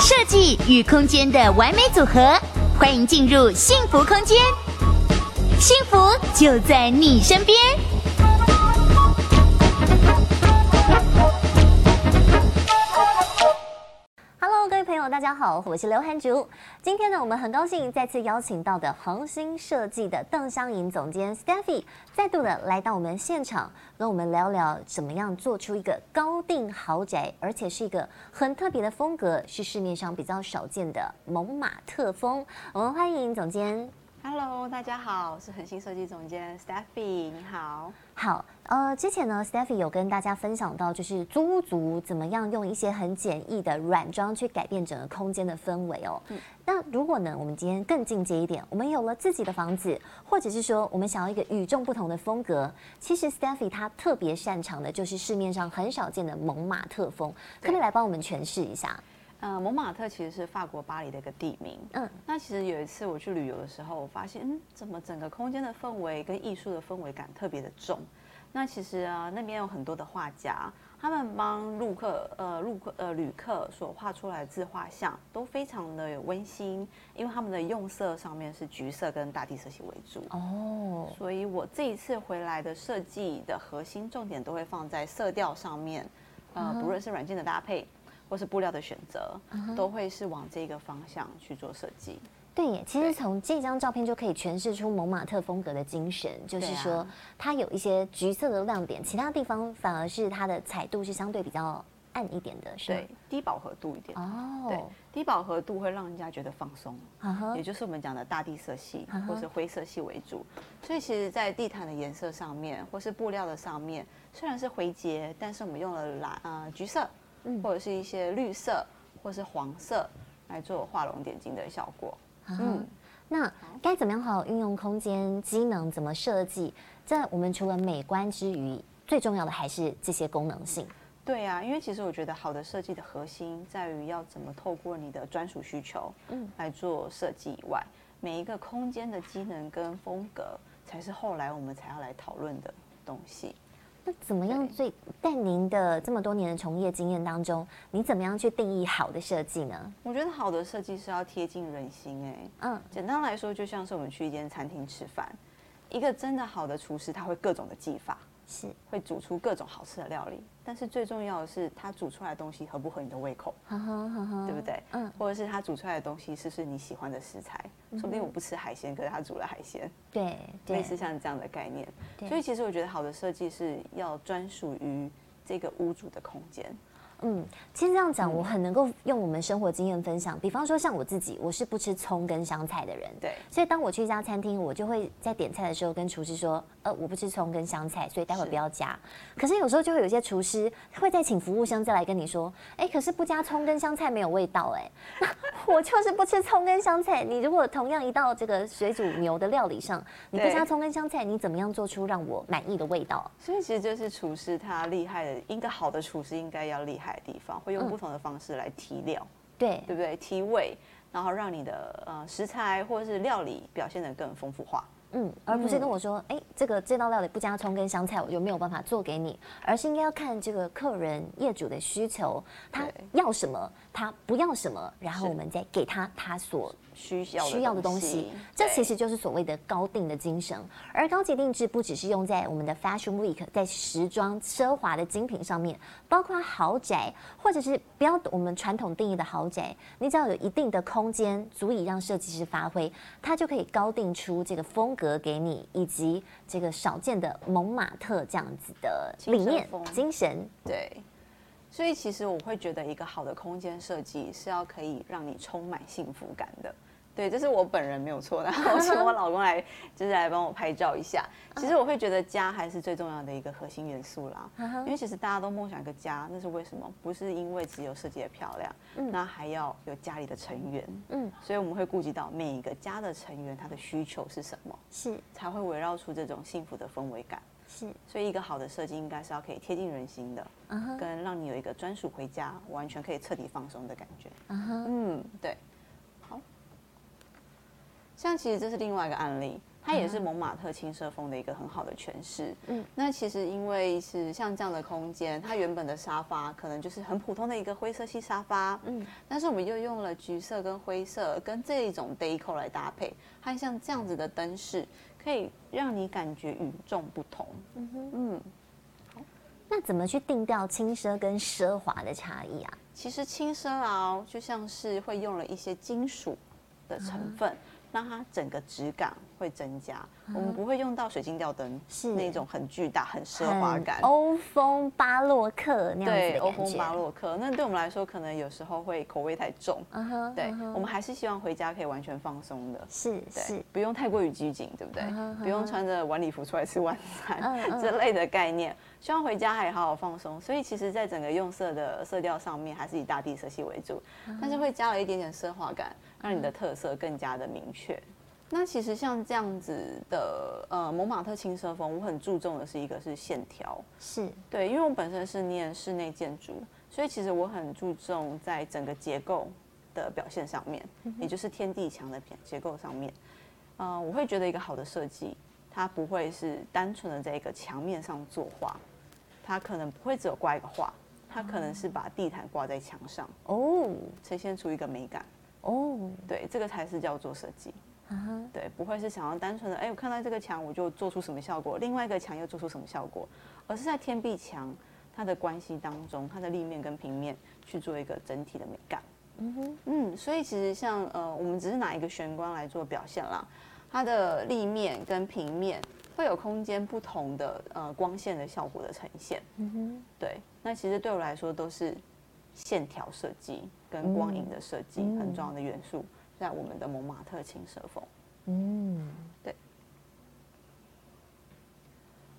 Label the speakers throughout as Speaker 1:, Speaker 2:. Speaker 1: 设计与空间的完美组合，欢迎进入幸福空间，幸福就在你身边。
Speaker 2: Hello，各位朋友，大家好，我是刘涵竹。今天呢，我们很高兴再次邀请到的恒星设计的邓湘莹总监 Steffi 再度的来到我们现场，跟我们聊聊怎么样做出一个高定豪宅，而且是一个很特别的风格，是市面上比较少见的蒙马特风。我们欢迎总监。
Speaker 3: Hello，大家好，我是恒星设计总监 Steffi，你好。
Speaker 2: 好，呃，之前呢，Steffi 有跟大家分享到，就是租屋族怎么样用一些很简易的软装去改变整个空间的氛围哦。那如果呢，我们今天更进阶一点，我们有了自己的房子，或者是说我们想要一个与众不同的风格，其实 Steffi 她特别擅长的就是市面上很少见的蒙马特风，可不可以来帮我们诠释一下？
Speaker 3: 呃，蒙马特其实是法国巴黎的一个地名。
Speaker 2: 嗯，
Speaker 3: 那其实有一次我去旅游的时候，我发现，嗯，怎么整个空间的氛围跟艺术的氛围感特别的重。那其实啊，那边有很多的画家，他们帮陆客、呃陆客、呃旅客所画出来的自画像都非常的有温馨，因为他们的用色上面是橘色跟大地色系为主。
Speaker 2: 哦，
Speaker 3: 所以我这一次回来的设计的核心重点都会放在色调上面，
Speaker 2: 嗯
Speaker 3: 呃，不论是软件的搭配，或是布料的选择，都会是往这个方向去做设计。
Speaker 2: 对耶，其实从这张照片就可以诠释出蒙马特风格的精神，就是
Speaker 3: 对
Speaker 2: 说
Speaker 3: 啊
Speaker 2: 它有一些橘色的亮点，其他地方反而是它的彩度是相对比较暗一点的，是吗
Speaker 3: 对？，低饱和度一点，对
Speaker 2: 哦，，
Speaker 3: 低饱和度会让人家觉得放松，
Speaker 2: 啊哈
Speaker 3: 也，就是我们讲的大地色系
Speaker 2: 嗯哼
Speaker 3: 或是灰色系为主。所以其实，在地毯的颜色上面，或是布料的上面，虽然是灰阶，但是我们用了蓝呃橘色，
Speaker 2: 嗯
Speaker 3: 或者是一些绿色，或是黄色来做画龙点睛的效果。
Speaker 2: 嗯，那该怎么样好好运用空间机能？怎么设计？这我们除了美观之余，最重要的还是这些功能性。
Speaker 3: 对啊，因为其实我觉得好的设计的核心在于要怎么透过你的专属需求，嗯，来做设计以外，每一个空间的机能跟风格才是后来我们才要来讨论的东西。
Speaker 2: 那怎么样最在您的这么多年的从业经验当中，你怎么样去定义好的设计呢？
Speaker 3: 我觉得好的设计是要贴近人心、哎，
Speaker 2: 嗯，
Speaker 3: 简单来说，就像是我们去一间餐厅吃饭，一个真的好的厨师，他会各种的技法，
Speaker 2: 是，
Speaker 3: 会煮出各种好吃的料理，但是最重要的是，他煮出来的东西合不合你的胃口，
Speaker 2: 呵呵呵呵，
Speaker 3: 对不对？
Speaker 2: 嗯
Speaker 3: 或者是他煮出来的东西是不是你喜欢的食材？说不定我不吃海鲜，可是他煮了海鲜，
Speaker 2: 对对
Speaker 3: 类似像这样的概念。
Speaker 2: 对
Speaker 3: 所以其实我觉得好的设计是要专属于这个屋主的空间。
Speaker 2: 嗯，其实这样讲，我很能够用我们生活经验分享。比方说，像我自己，我是不吃葱跟香菜的人，
Speaker 3: 对
Speaker 2: 所以当我去一家餐厅，我就会在点菜的时候跟厨师说，呃，我不吃葱跟香菜，所以待会儿
Speaker 3: 是
Speaker 2: 不要加。可是有时候就会有一些厨师会再请服务生再来跟你说，哎，可是不加葱跟香菜没有味道、哎， 那我就是不吃葱跟香菜。你如果同样一道这个水煮牛的料理上，你不
Speaker 3: 对
Speaker 2: 加葱跟香菜，你怎么样做出让我满意的味道？
Speaker 3: 所以其实就是厨师他厉害的，一个好的厨师应该要厉害的地方，会用不同的方式来提料，
Speaker 2: 嗯对
Speaker 3: 对不对？提味，然后让你的呃食材或是料理表现得更丰富化。
Speaker 2: 嗯，而不是跟我说，哎、这个这道料理不加葱跟香菜，我就没有办法做给你，而是应该要看这个客人业主的需求，他
Speaker 3: 对
Speaker 2: 要什么，他不要什么，然后
Speaker 3: 是
Speaker 2: 我们再给他他所
Speaker 3: 需要
Speaker 2: 需要的东西。这
Speaker 3: 对
Speaker 2: 其实就是所谓的高定的精神。而高级定制不只是用在我们的 Fashion Week，在时装奢华的精品上面，包括豪宅，或者是不要我们传统定义的豪宅，你只要有一定的空间，足以让设计师发挥，它就可以高定出这个风格给你，以及这个少见的蒙马特这样子的理念
Speaker 3: 精神风
Speaker 2: 精神。
Speaker 3: 对，所以其实我会觉得一个好的空间设计是要可以让你充满幸福感的。对，这是我本人没 有错的，我请我老公来，就是来帮我拍照一下。其实我会觉得家还是最重要的一个核心元素啦，
Speaker 2: 嗯
Speaker 3: 因为其实大家都梦想一个家，那是为什么？不是因为只有设计的漂亮，那还要有家里的成员，
Speaker 2: 嗯
Speaker 3: 嗯，所以我们会顾及到每一个家的成员他的需求是什么，
Speaker 2: 是
Speaker 3: 才会围绕出这种幸福的氛围感。
Speaker 2: 是，
Speaker 3: 所以一个好的设计应该是要可以贴近人心的，
Speaker 2: 嗯哼
Speaker 3: 跟让你有一个专属回家，完全可以彻底放松的感觉。
Speaker 2: 嗯哼，
Speaker 3: 嗯，对。好，像其实这是另外一个案例，它也是蒙马特轻奢风的一个很好的诠释。嗯，那其实因为是像这样的空间，它原本的沙发可能就是很普通的一个灰色系沙发，嗯，但是我们又用了橘色跟灰色跟这一种 deco 来搭配，还像这样子的灯饰，可以让你感觉与众不同。嗯哼，嗯。
Speaker 2: 那怎么去定调轻奢跟奢华的差异啊？
Speaker 3: 其实轻奢啊，就像是会用了一些金属的
Speaker 2: 啊
Speaker 3: 成分，让它整个质感会增加。我们不会用到水晶吊灯，
Speaker 2: 是
Speaker 3: 那种很巨大、很奢华感
Speaker 2: 很。欧风巴洛克那样
Speaker 3: 对，
Speaker 2: 子的
Speaker 3: 欧
Speaker 2: 感
Speaker 3: 风
Speaker 2: 觉。
Speaker 3: 巴洛克，那对我们来说可能有时候会口味太重。
Speaker 2: 嗯哼，
Speaker 3: 对
Speaker 2: 嗯，哼
Speaker 3: 我们还是希望回家可以完全放松的。
Speaker 2: 是
Speaker 3: 对
Speaker 2: 是，，
Speaker 3: 不用太过于拘谨，对不对
Speaker 2: 嗯哼嗯？哼
Speaker 3: 不用穿着晚礼服出来吃晚
Speaker 2: 嗯嗯
Speaker 3: 餐之类的概念，希望回家还好好放松。所以其实，在整个用色的色调上面，还是以大地色系为主，但是会加了一点点奢华感，让你的特色更加的明确。那其实像这样子的呃蒙马特轻奢风，我很注重的是一个是线条，
Speaker 2: 是
Speaker 3: 对，因为我本身是念室内建筑，所以其实我很注重在整个结构的表现上面，也就是天地墙的结结构上面。呃，我会觉得一个好的设计，它不会是单纯的在一个墙面上作画，它可能不会只有挂一个画，它可能是把地毯挂在墙上，
Speaker 2: 哦
Speaker 3: 呈现出一个美感。
Speaker 2: 哦，
Speaker 3: 对，这个才是叫做设计。
Speaker 2: 嗯哼，
Speaker 3: 对，不会是想要单纯的，哎，我看到这个墙我就做出什么效果，另外一个墙又做出什么效果，而是在天壁墙它的关系当中，它的立面跟平面去做一个整体的美感。嗯哼，嗯，所以其实像呃，我们只是拿一个玄关来做表现啦，它的立面跟平面会有空间不同的呃光线的效果的呈现。嗯哼，对，那其实对我来说都是线条设计跟光影的设计、很重要的元素，在我们的蒙马特轻奢风。
Speaker 2: 嗯，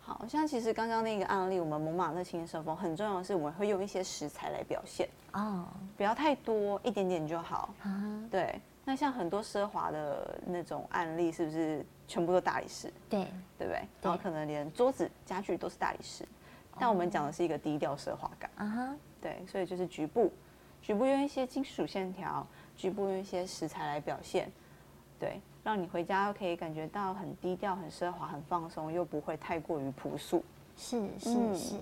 Speaker 3: 好像其实刚刚那个案例，我们蒙马特轻奢风很重要的是，我们会用一些食材来表现，
Speaker 2: 哦
Speaker 3: 不要太多，一点点就好。
Speaker 2: 啊，
Speaker 3: 对，那像很多奢华的那种案例，是不是全部都大理石，
Speaker 2: 对，
Speaker 3: 对不对？然后可能连桌子、家具都是大理石，但我们讲的是一个低调奢华感。
Speaker 2: 啊哈，
Speaker 3: 对，所以就是局部，局部用一些金属线条，局部用一些食材来表现，对，让你回家可以感觉到很低调、很奢华、很放松，又不会太过于朴素。
Speaker 2: 是是
Speaker 3: 嗯
Speaker 2: 是，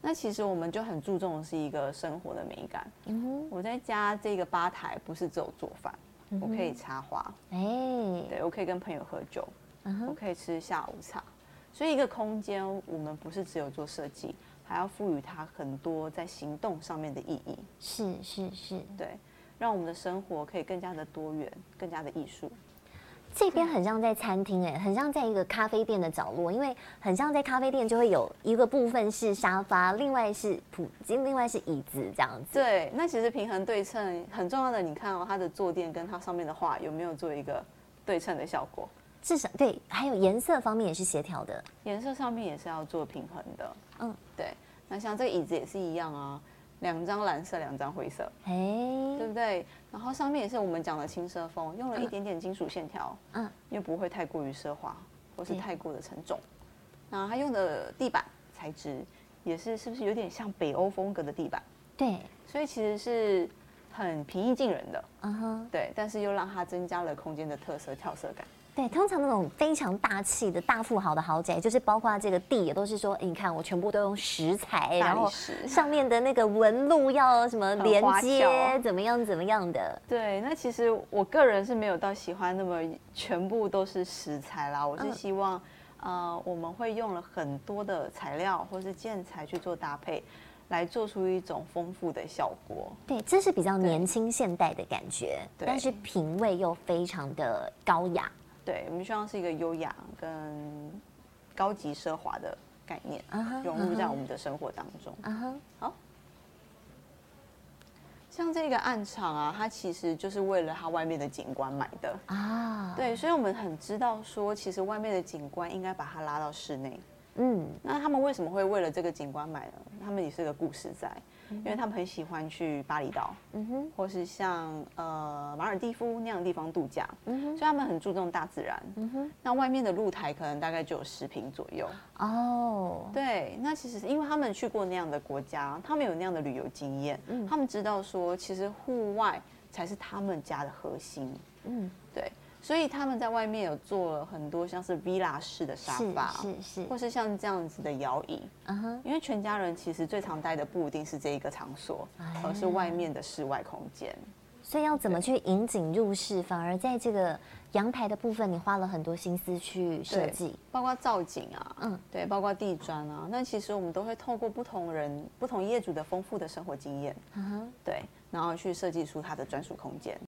Speaker 3: 那其实我们就很注重的是一个生活的美感。
Speaker 2: 嗯哼，
Speaker 3: 我在家这个吧台不是只有做饭，我可以插花，
Speaker 2: 哎，
Speaker 3: 对我可以跟朋友喝酒，
Speaker 2: 嗯
Speaker 3: 我
Speaker 2: 哼，
Speaker 3: 可以吃下午茶。所以一个空间，我们不是只有做设计，还要赋予它很多在行动上面的意义，
Speaker 2: 是是是，
Speaker 3: 对，让我们的生活可以更加的多元，更加的艺术。
Speaker 2: 这边很像在餐厅哎、很像在一个咖啡店的角落，因为很像在咖啡店就会有一个部分是沙发，另外是普，另外是椅子这样子。
Speaker 3: 对，那其实平衡对称很重要的，你看哦，它的坐垫跟它上面的画有没有做一个对称的效果？
Speaker 2: 至少对，还有颜色方面也是协调的。
Speaker 3: 颜色上面也是要做平衡的。
Speaker 2: 嗯
Speaker 3: 嗯，对。那像这个椅子也是一样啊，两张蓝色，两张灰色，
Speaker 2: 哎，
Speaker 3: 对不对？然后上面也是我们讲的轻奢风，用了一点点金属线条，
Speaker 2: 嗯
Speaker 3: 嗯，又不会太过于奢华或是
Speaker 2: 对
Speaker 3: 太过的沉重。那它用的地板材质也是，是不是有点像北欧风格的地板？
Speaker 2: 对，
Speaker 3: 所以其实是很平易近人的，
Speaker 2: 嗯哼，
Speaker 3: 对，但是又让它增加了空间的特色、跳色感。
Speaker 2: 对，通常那种非常大气的大富豪的豪宅，就是包括这个地也都是说，哎你看我全部都用石材，
Speaker 3: 大
Speaker 2: 然
Speaker 3: 理
Speaker 2: 后
Speaker 3: 石
Speaker 2: 上面的那个纹路要什么
Speaker 3: 很
Speaker 2: 连
Speaker 3: 花
Speaker 2: 接，
Speaker 3: 俏
Speaker 2: 怎么样怎么样的。
Speaker 3: 对，那其实我个人是没有到喜欢那么全部都是食材啦，我是
Speaker 2: 嗯
Speaker 3: 希望，呃，我们会用了很多的材料或是建材去做搭配，来做出一种丰富的效果。
Speaker 2: 对，这是比较年轻现代的感觉，
Speaker 3: 对
Speaker 2: 但是品味又非常的高雅。
Speaker 3: 对，我们希望是一个优雅跟高级奢华的概念
Speaker 2: 啊哈
Speaker 3: 融入在我们的生活当中。
Speaker 2: 啊哈，
Speaker 3: 像这个暗场啊，它其实就是为了它外面的景观买的。
Speaker 2: 啊，，
Speaker 3: 对，所以我们很知道说，其实外面的景观应该把它拉到室内。
Speaker 2: 嗯，
Speaker 3: 那他们为什么会为了这个景观买呢？他们也是个故事在，因为他们很喜欢去巴厘岛，
Speaker 2: 嗯哼，
Speaker 3: 或是像呃马尔蒂夫那样的地方度假，
Speaker 2: 嗯
Speaker 3: 所以他们很注重大自然。那外面的露台可能大概就有十平左右。
Speaker 2: 哦，
Speaker 3: 对，那其实因为他们去过那样的国家，他们有那样的旅游经验，
Speaker 2: 嗯
Speaker 3: 他们知道说，其实户外才是他们家的核心。
Speaker 2: 嗯，
Speaker 3: 对，所以他们在外面有做了很多像是 villa 式的沙
Speaker 2: 是
Speaker 3: 发，
Speaker 2: 是是
Speaker 3: 或是像这样子的摇椅。
Speaker 2: 嗯哼，
Speaker 3: 因为全家人其实最常待的不一定是这一个场所
Speaker 2: 哎，
Speaker 3: 而是外面的室外空间。
Speaker 2: 所以要怎么去引颈入室，反而在这个阳台的部分，你花了很多心思去设
Speaker 3: 对
Speaker 2: 计。
Speaker 3: 包括造景啊，
Speaker 2: 嗯
Speaker 3: 嗯，对，包括地砖啊。那其实我们都会透过不同人、不同业主的丰富的生活经验，
Speaker 2: 嗯哼。
Speaker 3: 对，然后去设计出他的专属空间。